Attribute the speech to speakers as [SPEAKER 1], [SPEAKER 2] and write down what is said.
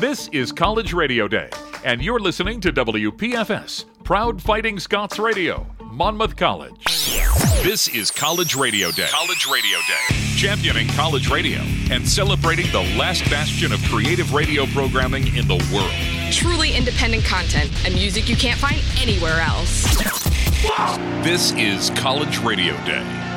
[SPEAKER 1] This is College Radio Day, and you're listening to WPFS, Proud Fighting Scots Radio, Monmouth College. This is College Radio Day. College Radio Day. Championing college radio and celebrating the last bastion of creative radio programming in the world.
[SPEAKER 2] Truly independent content and music you can't find anywhere else.
[SPEAKER 1] This is College Radio Day.